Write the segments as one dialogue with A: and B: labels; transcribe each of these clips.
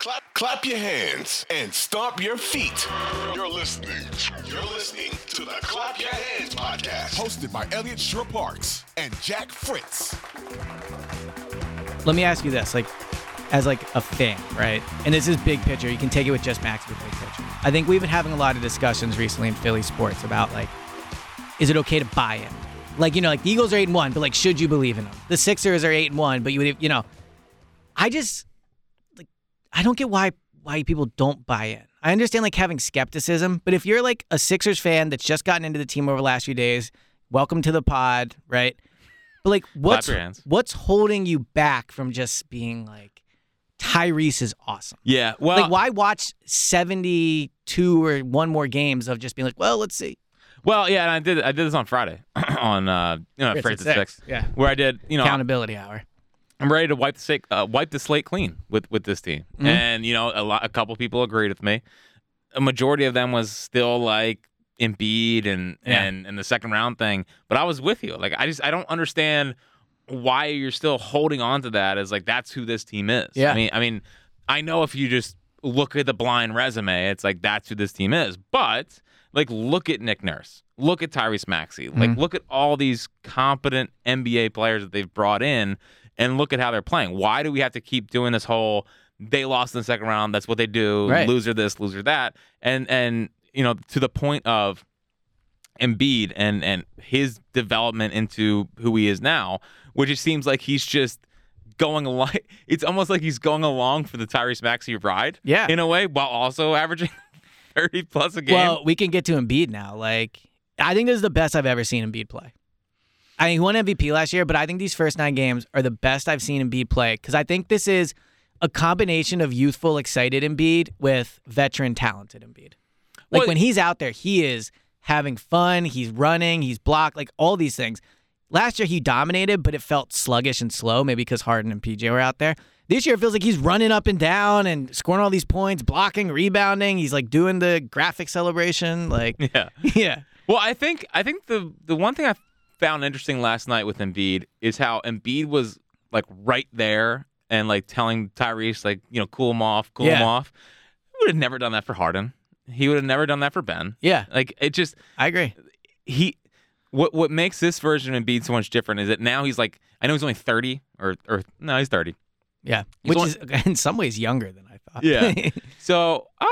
A: Clap, clap your hands and stomp your feet. You're listening. You're listening to the Clap Your Hands podcast, hosted by Elliot Shore Parks and Jack Fritz.
B: let me ask you this like as like a thing right and this is big picture you can take it with just max with big picture i think we've been having a lot of discussions recently in philly sports about like is it okay to buy in like you know like the eagles are 8 and 1 but like should you believe in them the sixers are 8 and 1 but you would you know i just like i don't get why why people don't buy in i understand like having skepticism but if you're like a sixers fan that's just gotten into the team over the last few days welcome to the pod right but like what's
C: your hands.
B: what's holding you back from just being like Tyrese is awesome.
C: Yeah. Well,
B: Like why watch 72 or one more games of just being like, well, let's see.
C: well, yeah. And I did. I did this on Friday on uh, you know,
B: Fritz
C: Fritz
B: at
C: at six.
B: six, yeah.
C: Where I did, you know,
B: Accountability hour.
C: I'm ready to wipe the slate, uh, wipe the slate clean with with this team.
B: Mm-hmm.
C: And you know, a lot, a couple people agreed with me. A majority of them was still like Embiid and
B: Yeah.
C: and and the second round thing. But I was with you. Like I just I don't understand why you're still holding on to that as like that's who this team is.
B: Yeah.
C: I mean, I mean, I know if you just look at the blind resume, it's like that's who this team is. But like, look at Nick Nurse, look at Tyrese Maxey,
B: Mm-hmm.
C: like look at all these competent NBA players that they've brought in, and look at how they're playing. Why do we have to keep doing this whole? They lost in the second round. That's what they do.
B: Right.
C: Loser this, loser that, and and you know to the point of Embiid and and his development into who he is now, which it seems like he's just going along. It's almost like he's going along for the Tyrese Maxey ride,
B: Yeah.
C: in a way, while also averaging thirty plus a game.
B: Well, we can get to Embiid now. Like, I think this is the best I've ever seen Embiid play. I mean, he won MVP last year, but I think these first nine games are the best I've seen Embiid play because I think this is a combination of youthful, excited Embiid with veteran, talented Embiid. Like
C: Well-
B: when he's out there, he is having fun. He's running. He's blocked. Like all these things. Last year he dominated, but it felt sluggish and slow, maybe because Harden and PJ were out there. This year it feels like he's running up and down and scoring all these points, blocking, rebounding. He's like doing the graphic celebration. Like,
C: yeah.
B: yeah.
C: Well, I think I think the the one thing I found interesting last night with Embiid is how Embiid was like right there and like telling Tyrese like you know cool him off, cool him
B: Yeah.
C: off. Would have never done that for Harden. He would have never done that for Ben.
B: Yeah.
C: Like it just
B: I agree.
C: he what what makes this version of Embiid so much different is that now he's like I know he's only 30 or or no he's 30.
B: Yeah.
C: He's
B: Which
C: only-
B: is in some ways younger than I thought.
C: Yeah.
B: I
C: So, ah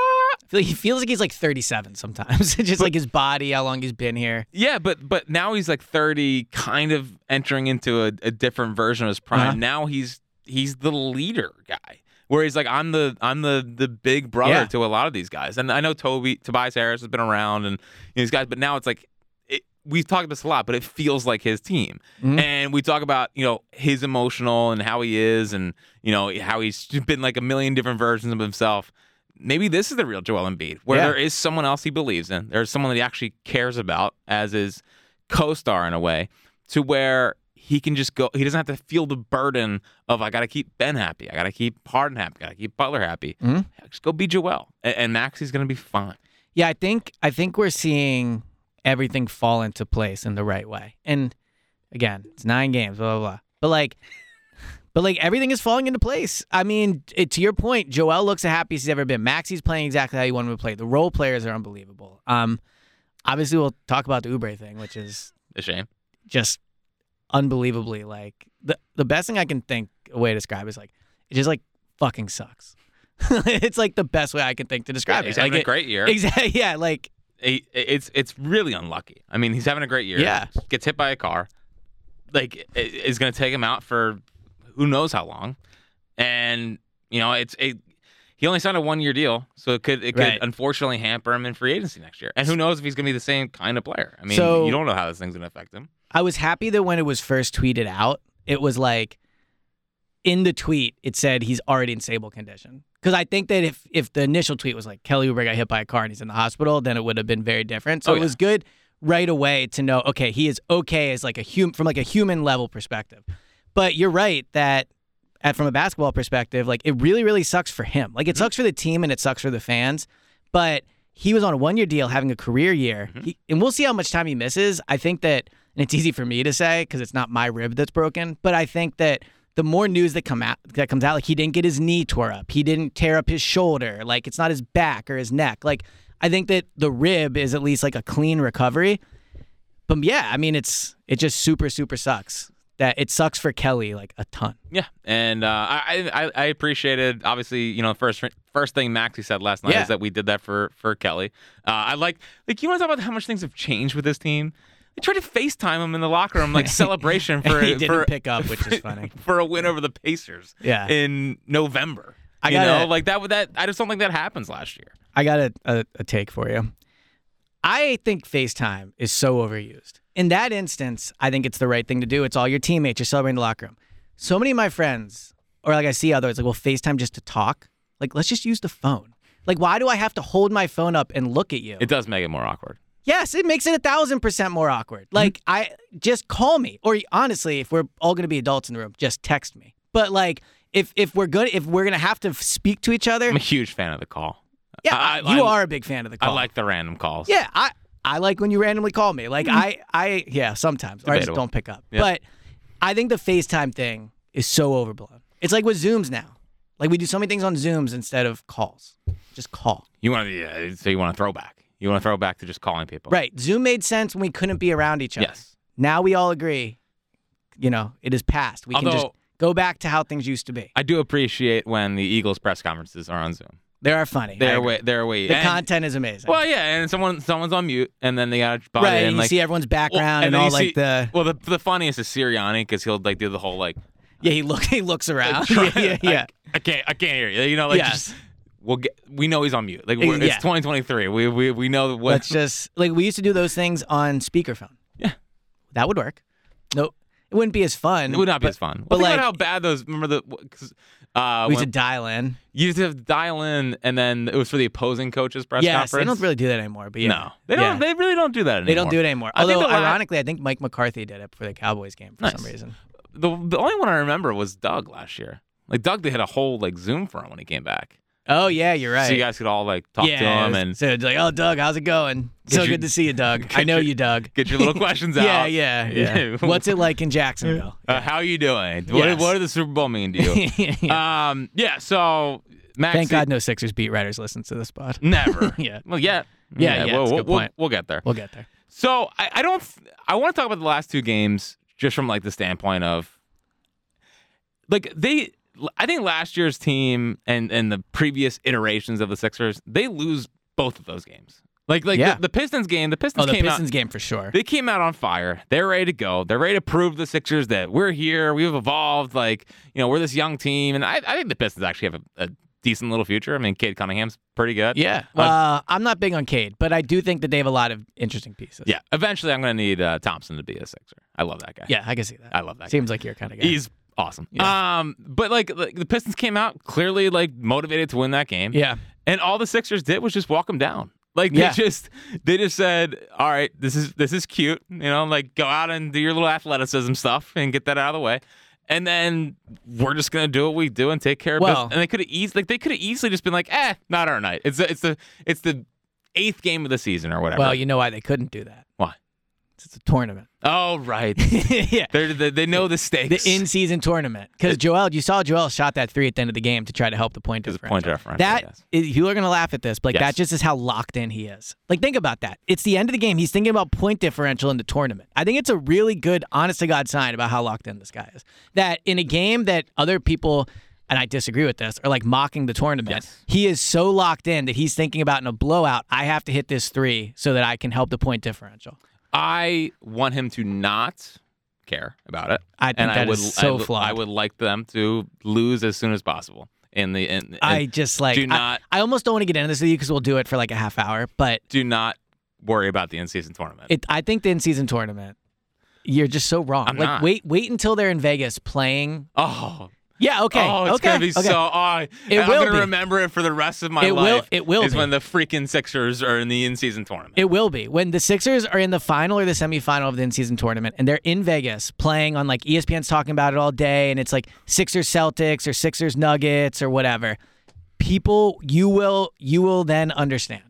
B: feel like he feels like he's like 37 sometimes. Just like his body, how long he's been here.
C: yeah, but but now he's like 30 kind of entering into a, a different version of his prime.
B: Uh-huh.
C: Now he's he's the leader guy. Where he's like I'm the I'm the the big brother
B: Yeah.
C: to a lot of these guys. And I know Toby Tobias Harris has been around and these guys but now it's like it, we've talked about this a lot, but it feels like his team.
B: Mhm.
C: And we talk about, you know, his emotional and how he is and, you know, how he's been like a million different versions of himself. Maybe this is the real Joel Embiid, where
B: Yeah.
C: there is someone else he believes in. There's someone that he actually cares about as his co star in a way, to where he can just go, he doesn't have to feel the burden of, I got to keep Ben happy. I got to keep Harden happy. I got to keep Butler happy.
B: Mhm.
C: Just go be Joel. And, and Maxi's going to be fine.
B: Yeah, I think I think we're seeing everything fall into place in the right way. And again, it's nine games, blah blah blah. But like but like everything is falling into place. I mean, it, to your point, Joel looks the happiest he's ever been. Maxi's playing exactly how you want him to play. The role players are unbelievable. Um obviously we'll talk about the Ubre thing, which is
C: A shame.
B: just unbelievably like the the best thing I can think a way to describe is like it just like fucking sucks. it's like the best way I can think to describe
C: he's
B: it.
C: having
B: like
C: a great year.
B: Exactly. Yeah, like
C: he- it's it's really unlucky. I mean, he's having a great year.
B: Yeah.
C: gets hit by a car, like it- it's going to take him out for who knows how long, and you know it's it. He only signed a one-year deal, so it could it could
B: Right.
C: unfortunately hamper him in free agency next year. And who knows if he's going to be the same kind of player? I mean,
B: So-
C: you don't know how this thing's going to affect him.
B: I was happy that when it was first tweeted out, it was like in the tweet it said he's already in stable condition. Because I think that if if the initial tweet was like Kelly Oubre got hit by a car and he's in the hospital, then it would have been very different. So
C: Oh,
B: it was good right away to know okay he is okay as like a hum from like a human level perspective. But you're right that at from a basketball perspective, like it really really sucks for him. Like it sucks for the team and it sucks for the fans, but he was on a one year deal having a career year. He, and we'll see how much time he misses. I think that, and it's easy for me to say because it's not my rib that's broken, but I think that the more news that come out that comes out, like he didn't get his knee tore up, he didn't tear up his shoulder, like it's not his back or his neck. Like I think that the rib is at least like a clean recovery. But yeah, I mean it's it just super super sucks that it sucks for Kelly like a ton.
C: Yeah, and uh, I, I I appreciated obvioioly you know first first thing Maxie said last night
B: Yeah.
C: is that we did that for for Kelly. Uh, I like like you want to talk about how much things have changed with this team. They tried to FaceTime him in the locker room like celebration for
B: he didn't
C: for
B: pick up, which is funny.
C: for a win over the Pacers.
B: Yeah.
C: in November.
B: I
C: you
B: gotta-
C: know like that would that I just don't think that happens last year.
B: I got a, a, a take for you. I think FaceTime is so overused. In that instance, I think it's the right thing to do. It's all your teammates. You're celebrating the locker room. So many of my friends, or like I see others, like, well, FaceTime just to talk. Like, let's just use the phone. Like, why do I have to hold my phone up and look at you?
C: It does make it more awkward.
B: yes, it makes it a thousand percent more awkward. Like, I just call me, or honestly, if we're all gonna be adults in the room, just text me. But like, if if we're good, if we're gonna have to speak to each other,
C: I'm a huge fan of the call.
B: yeah,
C: I- I-
B: you
C: I-
B: are a big fan of the call.
C: I like the random calls.
B: Yeah, I I like when you randomly call me. Like I I yeah, sometimes or I just
C: Hmm. Debatable.
B: don't pick up.
C: Yeah.
B: But I think the FaceTime thing is so overblown. It's like with Zooms now. Like we do so many things on Zooms instead of calls. Just call.
C: You want to yeah, so you want to throw back. You want to throw back to just calling people.
B: Right. Zoom made sense when we couldn't be around each other.
C: Yes.
B: Now we all agree, you know, it is past. We can just
C: Although-
B: go back to how things used to be.
C: I do appreciate when the Eagles press conferences are on Zoom.
B: They are funny. I
C: They're
B: agree.
C: way, they're way.
B: the
C: and-
B: content is amazing.
C: Well, yeah, and someone someone's on mute, and then they got to
B: right.
C: in.
B: and you
C: like,
B: see everyone's
C: well,
B: background and,
C: then you
B: all
C: see-
B: like the
C: Well, the the funniest is Sirianni because he'll like do the whole like.
B: Yeah, he look he looks around.
C: try-
B: yeah, yeah, yeah.
C: I, I can't. I can't hear you. You know, like
B: Yeah.
C: just we'll get. We know he's on mute. Like we're,
B: Yeah.
C: it's 2023. We we we know what.
B: Let's just like we used to do those things on speakerphone.
C: Yeah.
B: That would work. No, it wouldn't be as fun.
C: it would not be
B: but
C: as fun.
B: but
C: But think
B: like-
C: about how bad those. Remember the. 'cause, Uh,
B: We
C: when-
B: used to dial in.
C: you used to have to dial in, and then it was for the opposing coaches press
B: Yes,
C: conference.
B: they don't really do that anymore. But yeah.
C: No, they don't.
B: Yeah.
C: They really don't do that anymore.
B: They don't do it anymore.
C: I think
B: Although,
C: the la-
B: ironically, I think Mike McCarthy did it for the Cowboys game for some
C: Nice.
B: reason.
C: The, the only one I remember was Doug last year. Like Doug, they had a whole like Zoom for him when he came back,
B: Oh yeah, you're right.
C: so you guys could all like talk
B: yeah,
C: to him
B: it was-
C: and
B: so it's like, oh Doug, how's it going?
C: Get
B: So
C: your-
B: good to see you, Doug. I
C: get
B: know
C: your-
B: you, Doug.
C: get your little questions
B: Yeah,
C: out.
B: yeah, yeah.
C: Yeah.
B: What's it like in Jacksonville?
C: Uh, how you doing? What,
B: Yes.
C: what did the Super Bowl mean to you? Um, yeah. So Max,
B: Thank God no Sixers beat writers listen to this pod.
C: never.
B: Yeah.
C: Well, yeah.
B: Yeah,
C: we'll,
B: yeah, it's a
C: we'll,
B: good
C: we'll-
B: point.
C: we'll get there.
B: We'll get there.
C: So I, I don't. I want to talk about the last two games just from like the standpoint of like they. I think last year's team and and the previous iterations of the Sixers, they lose both of those games. Like like
B: Yeah.
C: the, the Pistons game, the Pistons
B: Oh, the
C: came
B: Pistons
C: out.
B: game for sure.
C: They came out on fire. They're ready to go. They're ready to prove to the Sixers that we're here. We've evolved. Like you know, we're this young team, and I, I think the Pistons actually have a, a decent little future. I mean, Kade Cunningham's pretty good.
B: Yeah.
C: Uh,
B: Uh, I'm not big on Cade, but I do think that they have a lot of interesting pieces.
C: yeah. Eventually, I'm going to need uh, Thompson to be a Sixer. I love that guy.
B: Yeah, I can see that.
C: I love that.
B: Seems like your kind of
C: guy.
B: guy.
C: He's awesome. Um, but like, like the Pistons came out clearly like motivated to win that game.
B: yeah.
C: and all the Sixers did was just walk them down. Like they
B: Yeah.
C: just they just said, "All right, this is this is cute," you know, like go out and do your little athleticism stuff and get that out of the way. And then we're just gonna do what we do and take care of
B: Well-
C: business. And they could have easily, like they could have easily just been like, "Eh, not our night." It's the, it's the it's the eighth game of the season or whatever.
B: Well, you know why they couldn't do that?
C: Why?
B: It's a tournament.
C: oh right,
B: yeah.
C: They're, they they know the
B: The
C: stakes.
B: in-season tournament, because Joel, you saw Joel shot that three at the end of the game to try to help the point
C: Because of
B: differential.
C: point differential,
B: That
C: yes.
B: is, you are gonna laugh at this, but
C: Yes.
B: like that just is how locked in he is. Like think about that. It's the end of the game. He's thinking about point differential in the tournament. I think it's a really good, honest to god sign about how locked in this guy is. That in a game that other people. And I disagree with this, are like mocking the tournament.
C: Yes.
B: He is so locked in that he's thinking about in a blowout, I have to hit this three so that I can help the point differential.
C: I want him to not care about it.
B: I think
C: and I
B: that
C: would
B: is
C: I
B: so
C: would,
B: flawed.
C: I would like them to lose as soon as possible. In the in, in-
B: I just like
C: do
B: I-
C: not-
B: I, almost don't want to get into this with you because we'll do it for like a half hour. But
C: do not worry about the in season tournament.
B: it, I think the in-season tournament, you're just so wrong.
C: I'm
B: like
C: not.
B: wait, wait until they're in Vegas playing.
C: oh,
B: Yeah, okay,
C: oh, it's
B: okay,
C: gonna be
B: okay.
C: so. Oh,
B: It
C: I'm
B: will
C: gonna
B: be.
C: remember it for the rest of my
B: It will-
C: life.
B: it will
C: is
B: be.
C: when the freaking Sixers are in the in season tournament.
B: It will be when the Sixers are in the final or the semifinal of the in-season tournament, and they're in Vegas playing on like E ESPN's talking about it all day, and it's like Sixers Celtics or Sixers Nuggets or whatever. People, you will you will then understand.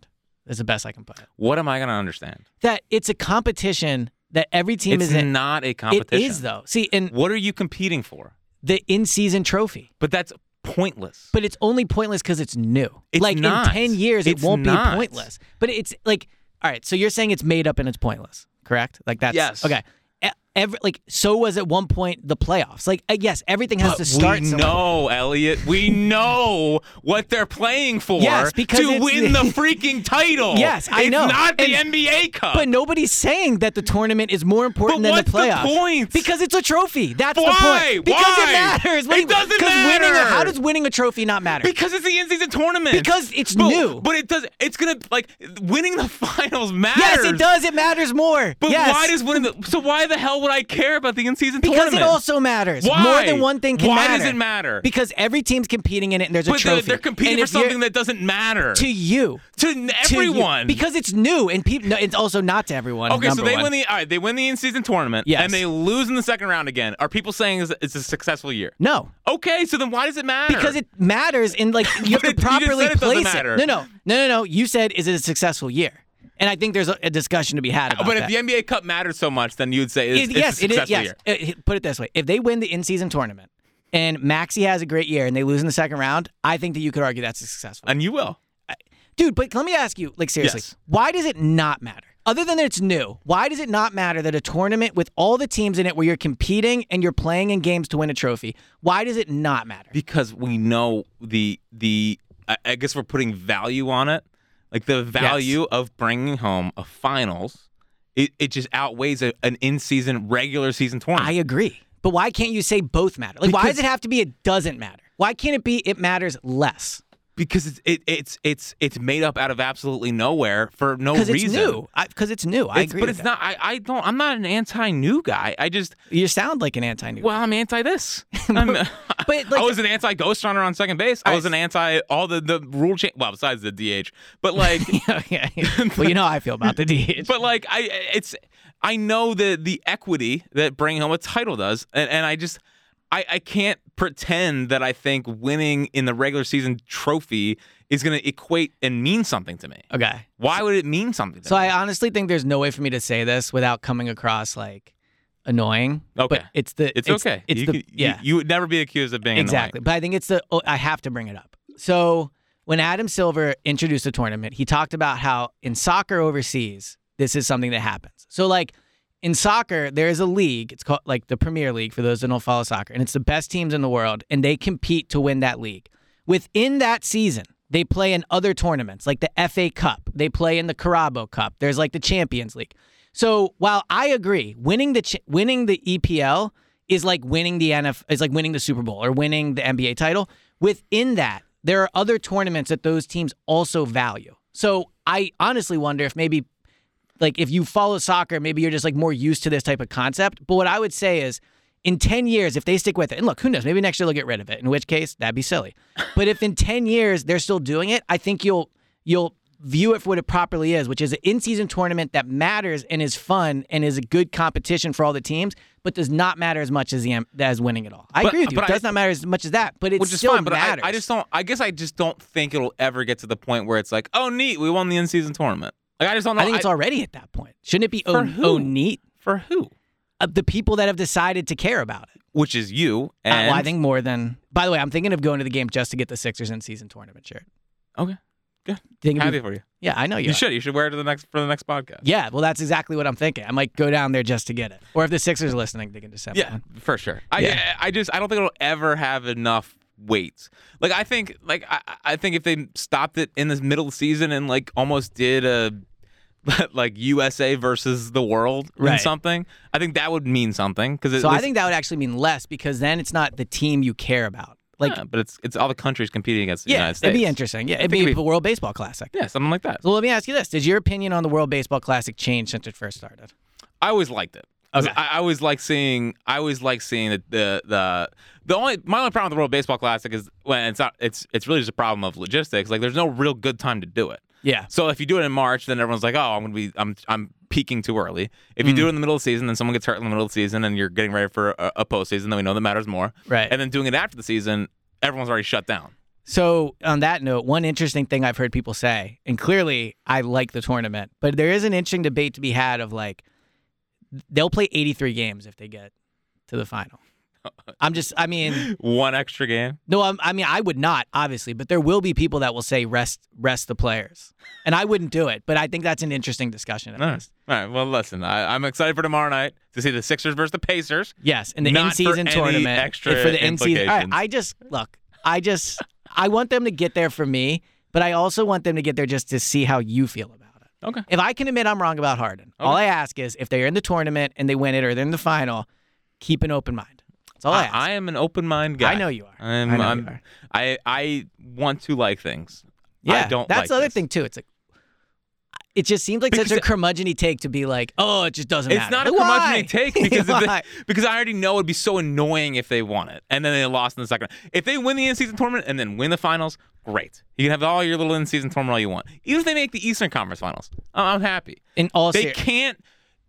B: That's the best I can put it.
C: what am I gonna understand?
B: That it's a competition that every team
C: It's
B: is in.
C: not a
B: It
C: competition.
B: is though. See, and
C: What are you competing for?
B: the in-season trophy.
C: But that's pointless.
B: But it's only pointless because it's new.
C: It's
B: like
C: not.
B: in ten years,
C: It's
B: it won't
C: not.
B: be pointless. But it's like, all right. So you're saying it's made up and it's pointless, correct? Like that's
C: Yes.
B: Okay. E- Every, like so was at one point the playoffs. Like uh, yes, everything has
C: But
B: to start.
C: we
B: somewhere.
C: know, Elliot. We know what they're playing for
B: Yes, because
C: to
B: it's-
C: win the freaking title.
B: Yes, I know.
C: It's not the
B: And-
C: NBA Cup.
B: But nobody's saying that the tournament is more important
C: But
B: than
C: what's
B: the
C: the
B: playoffs.
C: point?
B: Because it's a trophy. That's
C: Why?
B: the point. Because
C: Why?
B: it matters. What
C: It
B: do you-
C: doesn't
B: 'cause Winning a,
C: matter.
B: how does winning a trophy not matter?
C: because it's the in-season tournament.
B: Because it's
C: But-
B: new.
C: But it does. It's gonna like winning the finals matters.
B: yes, it does. It matters more.
C: But
B: Yes.
C: why does winning the? So why the hell would I care about the in-season
B: because
C: tournament?
B: it also matters.
C: Why?
B: More than one thing can
C: Why
B: matter.
C: does it matter?
B: Because every team's competing in it, and there's a
C: but they're,
B: trophy.
C: they're competing
B: And
C: for
B: if you're-
C: something that doesn't matter
B: to you,
C: to
B: to you.
C: everyone.
B: because it's new and people. No, it's also not to everyone.
C: Okay, so
B: number
C: they
B: one.
C: win the all right, they win the in-season tournament,
B: Yes.
C: and they lose in the second round again. Are people saying it's- it's a successful year?
B: no.
C: Okay, so then why does it matter?
B: Because it matters in like
C: But
B: you have to
C: it- you just
B: properly
C: said it doesn't
B: place
C: matter.
B: it. No, no, no, no, no. You said is it a successful year? And I think there's a, a discussion to be had about
C: Uh, Oh, But
B: that.
C: if the NBA Cup mattered so much, then you'd say it's,
B: It-
C: it's
B: yes,
C: a
B: it is.
C: successful
B: Yes.
C: year.
B: Uh, put it this way: if they win the in-season tournament and Maxi has a great year and they lose in the second round, I think that you could argue that's successful,
C: And you will.
B: dude. But let me ask you, like seriously,
C: Yes.
B: why does it not matter? Other than that it's new, why does it not matter that a tournament with all the teams in it, where you're competing and you're playing in games to win a trophy, why does it not matter?
C: Because we know the the I- I guess we're putting value on it. Like the value of bringing home a finals, it, it just outweighs a, an in-season regular season tournament.
B: I agree. But why can't you say both matter? Like, why does
C: Because-
B: it have to be it doesn't matter? Why can't it be it matters less?
C: because it's it, it's it's it's made up out of absolutely nowhere for no
B: Because
C: reason.
B: it's new. Because it's new. I
C: It's-
B: agree.
C: but
B: with
C: it's not.
B: that.
C: I, I don't. I'm not an anti-new guy. I just.
B: You sound like an anti-new.
C: Well, I'm anti this. I'm-
B: but
C: I
B: like,
C: was an anti ghost runner on second base. I was an anti all the the rule change. Well, besides the DH, but like,
B: yeah, yeah. well, you know how I feel about the DH.
C: but like, I it's. I know the the equity that bringing home a title does, and, and I just. I, I can't pretend that I think winning in the regular season trophy is going to equate and mean something to me.
B: okay.
C: Why would it mean something to
B: So
C: me?
B: I honestly think there's no way for me to say this without coming across like annoying.
C: Okay.
B: But it's the
C: it's, okay.
B: It's
C: you,
B: the
C: could- you-
B: yeah.
C: You, would never be accused of being annoying.
B: Exactly. But I think it's the oh, I have to bring it up. So when Adam Silver introduced the tournament, he talked about how in soccer overseas, this is something that happens. So like in soccer, there is a league. It's called like the Premier League for those that don't follow soccer, and it's the best teams in the world, and they compete to win that league. Within that season, they play in other tournaments like the FA Cup. They play in the Carabo Cup. There's like the Champions League. So while I agree, winning the ch- winning the E EPL is like winning the NF is like winning the Super Bowl or winning the NBA title. Within that, there are other tournaments that those teams also value. So I honestly wonder if maybe like if you follow soccer, maybe you're just like more used to this type of concept. But what I would say is in 10 years, if they stick with it, and look, who knows, maybe next year they'll get rid of it, in which case that'd be silly. But if in 10 years they're still doing it, I think you'll you'll view it for what it properly is, which is an in-season tournament that matters and is fun and is a good competition for all the teams, but does not matter as much as the as winning it all. I
C: But- uh,
B: agree with you.
C: but
B: It
C: I-
B: does not matter as much as that, but it
C: Which is
B: still
C: fine, but I,
B: matters.
C: I just don't. I guess I just don't think it'll ever get to the point where it's like, oh, neat, we won the in-season tournament. Like I just don't know.
B: I think it's already at that point. Shouldn't it be oh,
C: who?
B: oh neat?
C: for who,
B: Uh, the people that have decided to care about it.
C: which is you
B: Uh,
C: and
B: well, I think more than. By the way, I'm thinking of going to the game just to get the Sixers in season tournament shirt.
C: Okay, good.
B: Think it'd be-
C: Happy for you.
B: yeah, I know you.
C: You
B: are.
C: should. You should wear it to the next for the next podcast.
B: Yeah, well, that's exactly what I'm thinking. I might go down there just to get it. Or if the Sixers are listening, they can just send me
C: Yeah,
B: one.
C: for sure. I
B: Yeah.
C: I I just I don't think it'll ever have enough weight. Like I think like I, I think if they stopped it in the middle of the season and like almost did a like USA versus the world in
B: Right.
C: something, I think that would mean something because
B: So I think that would actually mean less because then it's not the team you care about. Like,
C: but it's it's all the countries competing against the
B: yeah,
C: United
B: it'd
C: States.
B: be interesting. Yeah,
C: think
B: it'd be,
C: it'd be-
B: the World Baseball Classic.
C: Yeah, something like that.
B: So let me ask you this: Did your opinion on the World Baseball Classic change since it first started?
C: I always liked it. I,
B: Okay.
C: I always like seeing. I always like seeing the, the the the only my only problem with the World Baseball Classic is when it's not. It's it's really just a problem of logistics. Like there's no real good time to do it.
B: Yeah,
C: So if you do it in March, then everyone's like, "Oh, I'm gonna be, I'm, I'm peaking too early." If you do it in the middle of the season, then someone gets hurt in the middle of the season, and you're getting ready for a, a postseason. Then we know that matters more.
B: right.
C: And then doing it after the season, everyone's already shut down.
B: So, on that note, one interesting thing I've heard people say, and clearly I like the tournament, but there is an interesting debate to be had of like, they'll play 83 games if they get to the final. I'm just, I mean,
C: One extra game.
B: no, I'm, I mean, I would not obviously, but there will be people that will say rest, rest the players, and I wouldn't do it. But I think that's an interesting discussion. At
C: All right.
B: least.
C: All right. Well, listen, I, I'm excited for tomorrow night to see the Sixers versus the Pacers.
B: Yes, in the
C: Not for
B: in-season
C: any
B: tournament,
C: extra
B: if for the in-season. All right,
C: implications.
B: I just look. I just, I want them to get there for me, but I also want them to get there just to see how you feel about it.
C: Okay.
B: If I can admit I'm wrong about Harden, all I ask is if they're in the tournament and they win it or they're in the final, keep an open mind. That's all I,
C: I,
B: ask.
C: I am an open mind guy.
B: I know you are.
C: I'm,
B: I know you
C: I'm,
B: are.
C: I I want to like things.
B: yeah,
C: I don't.
B: That's
C: like
B: the other
C: this.
B: thing too. It's like. It just seems like such
C: Because-
B: a curmudgeon take to be like, oh, it just doesn't
C: It's
B: matter.
C: not a
B: Like,
C: curmudgeon
B: why?
C: take because if
B: Why?
C: they, because I already know it'd be so annoying if they won it and then they lost in the second. round. If they win the in-season tournament and then win the finals, great. You can have all your little in-season tournament all you want. Even if they make the Eastern Conference Finals, I- I'm happy.
B: in all
C: they
B: ser-
C: can't.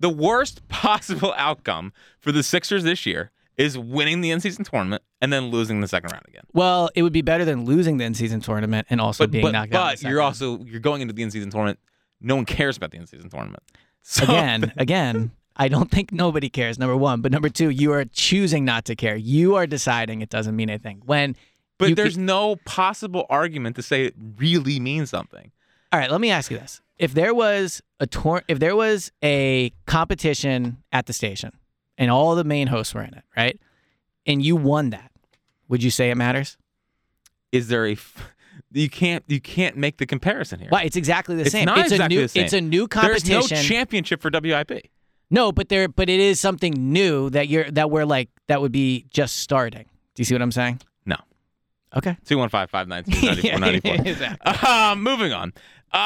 C: The worst possible outcome for the Sixers this year is winning the in-season tournament and then losing the second round again.
B: Well, it would be better than losing the in-season tournament and also being
C: but,
B: knocked out. in
C: but
B: the second
C: you're
B: round.
C: also you're going into the in-season tournament. No one cares about the in-season tournament. So,
B: again, again, I don't think nobody cares. Number one, but number two, you are choosing not to care. You are deciding it doesn't mean anything. When,
C: But
B: you
C: there's
B: ca-
C: no possible argument to say it really means something.
B: all right, let me ask you this: If there was a tor- if there was a competition at the station, and all the main hosts were in it, right, and you won that, would you say it matters?
C: Is there a f- you can't you can't make the comparison here.
B: Why? It's exactly the
C: It's
B: same.
C: not
B: it's
C: exactly
B: a new,
C: the same.
B: It's a new
C: There's
B: competition.
C: no championship for WIP.
B: No, but there, but it is something new that you're that we're like that would be just starting. Do you see what I'm saying?
C: No.
B: Okay.
C: Two one five five nine two ninety four ninety four.
B: Exactly.
C: Uh, moving on.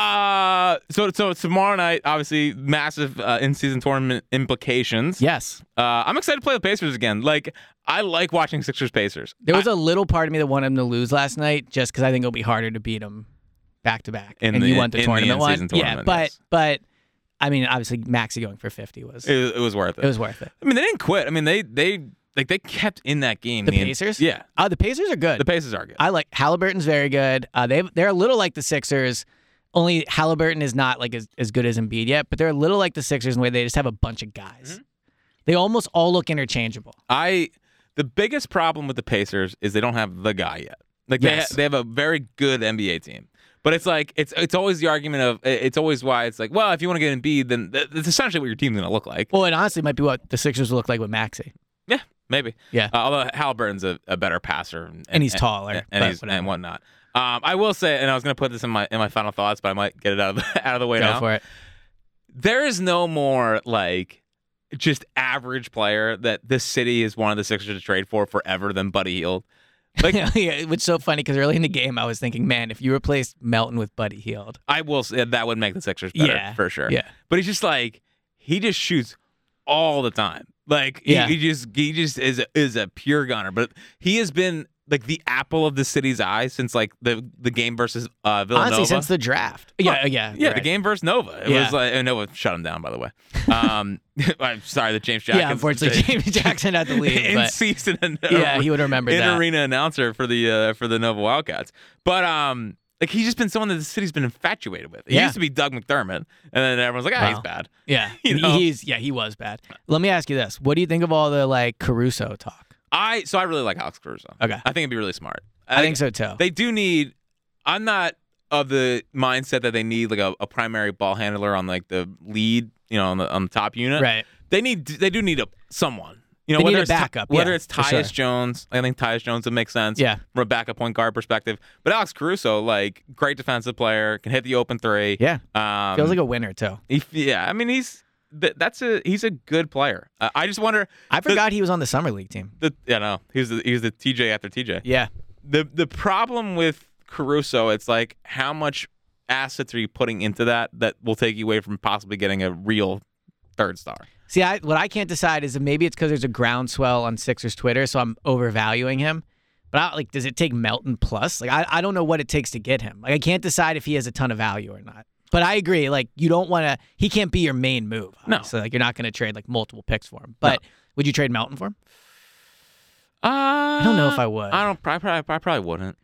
C: Uh, so so tomorrow night, obviously, massive uh, in-season tournament implications.
B: Yes.
C: Uh, I'm excited to play the Pacers again. Like I like watching Sixers Pacers.
B: There was a little part of me that wanted him to lose last night just because I think it'll be harder to beat him back to back.
C: In
B: and
C: the-
B: you want the
C: in the
B: tournament one.
C: in-season
B: yeah,
C: tournament,
B: but
C: yes.
B: but I mean obviously Maxi going for fifty was
C: It,
B: it,
C: it was worth it.
B: was worth it.
C: I mean, they didn't quit. I mean, they they like they kept in that game.
B: The
C: en-
B: Pacers?
C: Yeah,
B: Uh, the Pacers are good.
C: the Pacers are good.
B: I like Halliburton's very good. Uh, they they're a little like the Sixers. Only Halliburton is not like as, as good as Embiid yet, but they're a little like the Sixers in the way they just have a bunch of guys.
C: Mm-hmm.
B: They almost all look interchangeable.
C: I the biggest problem with the Pacers is they don't have the guy yet. Like
B: Yes.
C: they they have a very good NBA team, but it's like it's it's always the argument of it's always why it's like well if you want to get Embiid then th- that's essentially what your team's gonna look like.
B: Well, it honestly might be what the Sixers will look like with Maxi.
C: yeah, maybe.
B: Yeah.
C: Uh, although Halliburton's a, a better passer and,
B: And he's taller,
C: and,
B: but
C: he's,
B: whatever.
C: and whatnot. Um, I will say, and I was gonna put this in my in my final thoughts, but I might get it out of the, out of the way
B: Go
C: now.
B: for it.
C: there is no more like just average player that this city is one of the Sixers to trade for forever than Buddy Hield. Like
B: yeah, yeah, which is so funny because early in the game I was thinking, man, if you replaced Melton with Buddy Heald,
C: I will say that would make the Sixers better
B: Yeah.
C: for sure.
B: Yeah.
C: but he's just like he just shoots all the time. Like he,
B: Yeah.
C: he just he just is a, is a pure gunner. But he has been like the apple of the city's eye since like the the game versus uh, Villanova.
B: honestly, since the draft, yeah,
C: Huh.
B: yeah,
C: Yeah,
B: right.
C: the game versus Nova. It
B: Yeah.
C: was like and Nova shut him down. By the way, um, I'm sorry that James Jackson.
B: yeah, unfortunately, James Jackson had to leave,
C: in
B: but
C: season and
B: yeah, he would remember
C: in
B: that.
C: arena announcer for the uh, for the Nova Wildcats. But um, like he's just been someone that the city's been infatuated with. He
B: Yeah.
C: used to be Doug McDermott, and then everyone's like, ah, he's
B: Wow.
C: bad.
B: Yeah,
C: You know?
B: he's yeah, he was bad. Let me ask you this: What do you think of all the like Caruso talk?
C: I so I really like Alex Caruso.
B: Okay.
C: I think it'd be really smart.
B: I, think so too.
C: They do need. I'm not of the mindset that they need like a, a primary ball handler on like the lead, you know, on the on the top unit.
B: right.
C: They need. They do need a someone. You know,
B: They need
C: whether
B: a
C: it's Ty-
B: backup,
C: whether
B: yeah,
C: it's
B: for
C: Tyus
B: sure.
C: Jones, I think Tyus Jones would make sense.
B: Yeah.
C: from a backup point guard perspective. But Alex Caruso, like great defensive player, can hit the open three.
B: Yeah.
C: um,
B: Feels like a winner too.
C: he- yeah. I mean, he's th- that's a he's a good player. Uh, I just wonder.
B: I forgot he was on the summer league team.
C: The, yeah, no, he's the, he's the TJ after TJ.
B: Yeah.
C: The the problem with Caruso, it's like how much assets are you putting into that that will take you away from possibly getting a real third star.
B: See, I, what I can't decide is that maybe it's because there's a groundswell on Sixers Twitter, so I'm overvaluing him. But I, like, does it take Melton plus? Like, I, I don't know what it takes to get him. Like, I can't decide if he has a ton of value or not. But I agree. Like, you don't want to. He can't be your main move.
C: No.
B: So like, you're not going to trade like multiple picks for him. But would you trade Melton for him?
C: Uh,
B: I don't know if I would.
C: I don't. I probably, I probably wouldn't.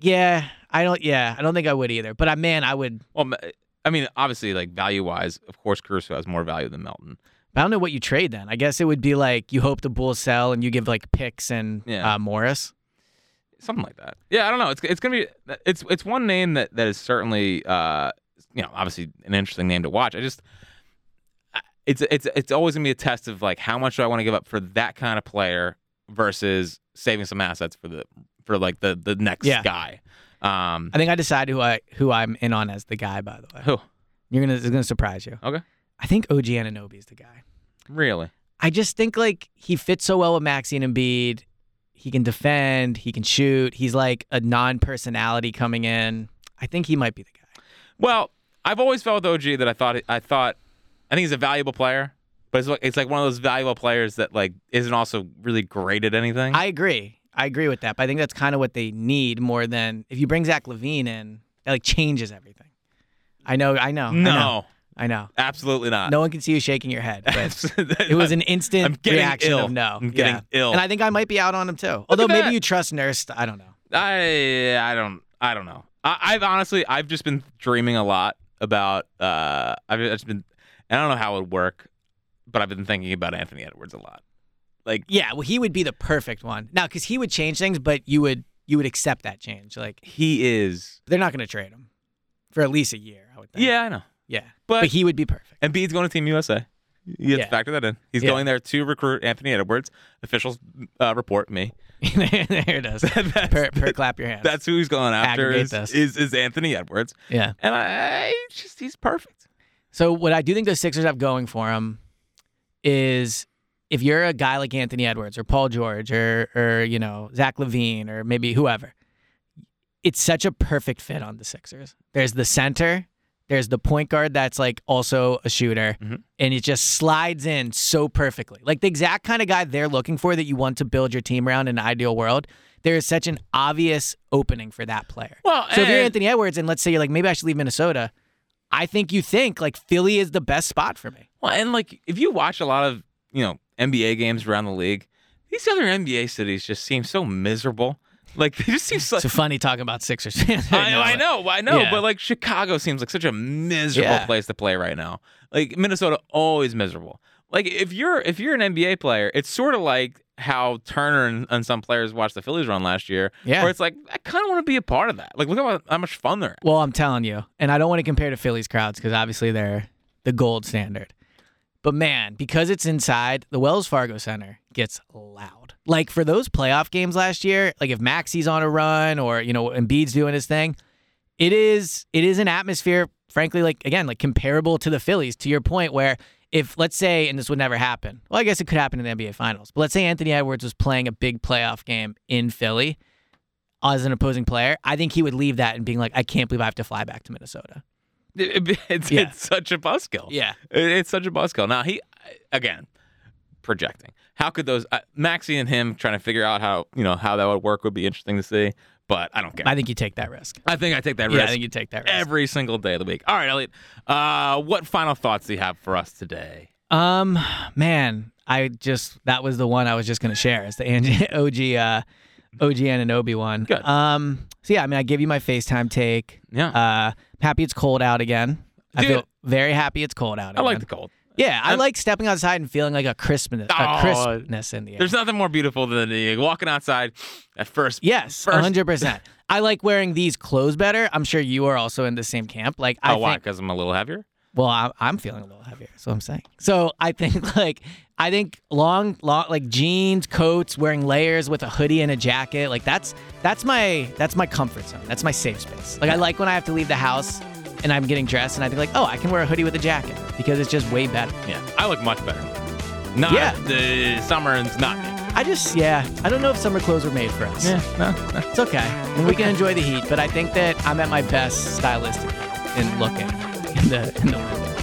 B: Yeah, I don't. Yeah, I don't think I would either. But I, man, I would.
C: Well, m- I mean, obviously, like value wise, of course, Caruso has more value than Melton.
B: But I don't know what you trade then. I guess it would be like you hope the Bulls sell and you give like picks and
C: Yeah.
B: uh, Morris.
C: something like that. Yeah, I don't know. It's it's gonna be it's it's one name that that is certainly uh you know obviously an interesting name to watch. I just I- it's it's it's always gonna be a test of like how much do I want to give up for that kind of player versus saving some assets for the for like the the next
B: Yeah.
C: guy. Um,
B: I think I decided who I who I'm in on as the guy. By the way,
C: who
B: you're gonna it's gonna surprise you.
C: Okay.
B: I think OG Ananobi is the guy.
C: really?
B: I just think like he fits so well with Maxi and Embiid. He can defend. He can shoot. He's like a non-personality coming in. I think he might be the guy.
C: Well, I've always felt with OG that I thought I thought I think he's a valuable player, but it's like it's like one of those valuable players that like isn't also really great at anything.
B: I agree. I agree with that. But I think that's kind of what they need more than if you bring Zach Levine in, that like changes everything. I know. I know. I know,
C: no,
B: I know.
C: absolutely not.
B: No one can see you shaking your head. But
C: it
B: it was an instant
C: I'm getting
B: reaction
C: ill.
B: of no.
C: I'm getting
B: Yeah.
C: ill.
B: And I think I might be out on him too. Although maybe
C: Oh. that.
B: you trust Nurse. I don't know.
C: I I don't I don't know. I, I've honestly I've just been dreaming a lot about uh I've just been I don't know how it would work, but I've been thinking about Anthony Edwards a lot. Like
B: Yeah, well, he would be the perfect one now because he would change things, but you would you would accept that change. Like
C: he is.
B: they're not going to trade him for at least a year. I would think.
C: Yeah, I know.
B: yeah,
C: but-
B: but, he would be perfect.
C: And Bede's going to Team USA. You have
B: Yeah.
C: to factor that in. He's
B: Yeah.
C: going there to recruit Anthony Edwards. Officials uh, report me.
B: there it is.
C: That's-
B: per, per clap your hands.
C: That's who he's going after.
B: Aggregate
C: Is,
B: this.
C: is is Anthony Edwards?
B: yeah.
C: And I just he's perfect.
B: So what I do think the Sixers have going for them is if you're a guy like Anthony Edwards or Paul George or or you know Zach Levine or maybe whoever, it's such a perfect fit on the Sixers. There's the center, there's the point guard that's like also a shooter,
C: Mhm.
B: and it just slides in so perfectly, like the exact kind of guy they're looking for that you want to build your team around in an ideal world. There is such an obvious opening for that player.
C: Well,
B: So if you're
C: and-
B: Anthony Edwards and let's say you're like, maybe I should leave Minnesota, I think you think like Philly is the best spot for me.
C: Well, and like if you watch a lot of you know NBA games around the league, these other NBA cities just seem so miserable. Like they just seem so.
B: It's funny talking about Sixers fans. right
C: I,
B: now,
C: I
B: but-
C: know, I know,
B: Yeah.
C: but like Chicago seems like such a miserable
B: Yeah.
C: place to play right now. Like Minnesota, always miserable. Like if you're if you're an NBA player, it's sort of like how Turner and, and some players watched the Phillies run last year,
B: Yeah.
C: where it's like I kind of want to be a part of that. Like look how, how much fun they're.
B: Well, I'm telling you, and I don't want to compare to Philly's crowds because obviously they're the gold standard. But man, because it's inside, the Wells Fargo Center gets loud. Like for those playoff games last year, like if Maxi's on a run or you know Embiid's doing his thing, it is it is an atmosphere, frankly, like again, like comparable to the Phillies. To your point, where if let's say, and this would never happen, well, I guess it could happen in the NBA Finals, but let's say Anthony Edwards was playing a big playoff game in Philly, as an opposing player, I think he would leave that and being like, I can't believe I have to fly back to Minnesota.
C: It, it's,
B: Yeah.
C: it's such a buzzkill.
B: Yeah.
C: It- It's such a buzzkill. Now he, again, projecting. How could those uh, Maxi and him trying to figure out how you know how that would work would be interesting to see. But I don't care.
B: I think you take that risk.
C: I think I take that
B: Yeah, I
C: risk
B: think you take that risk.
C: every single day of the week. All right, Elliot. Uh, what final thoughts do you have for us today?
B: um, man, I just that was the one I was just gonna share. It's the Angie, OG, uh, OG Ananobi one.
C: Good.
B: Um, so yeah, I mean, I give you my FaceTime take.
C: Yeah,
B: Uh, I'm happy it's cold out again. I
C: Dude.
B: feel very happy it's cold out.
C: I like
B: again.
C: the cold.
B: Yeah, I
C: I'm-
B: like stepping outside and feeling like a crispness,
C: Oh,
B: a crispness in the air.
C: There's nothing more beautiful than the, walking outside at first.
B: Yes,
C: First-
B: hundred percent. I like wearing these clothes better. I'm sure you are also in the same camp. Like I
C: Oh, why?
B: think,
C: Because I'm a little heavier.
B: well, I'm, I'm feeling a little heavier. That's what I'm saying. So I think like I think long, long like jeans, coats, wearing layers with a hoodie and a jacket. Like that's that's my that's my comfort zone. That's my safe space. Like I like when I have to leave the house and I'm getting dressed and I think like oh I can wear a hoodie with a jacket because it's just way better.
C: Yeah, I look much better. Not
B: Yeah.
C: the summer and's not me.
B: I just yeah I don't know if summer clothes were made for us.
C: no,
B: It's okay. And we can enjoy the heat, but I think that I'm at my best stylistically in looking in the in the window.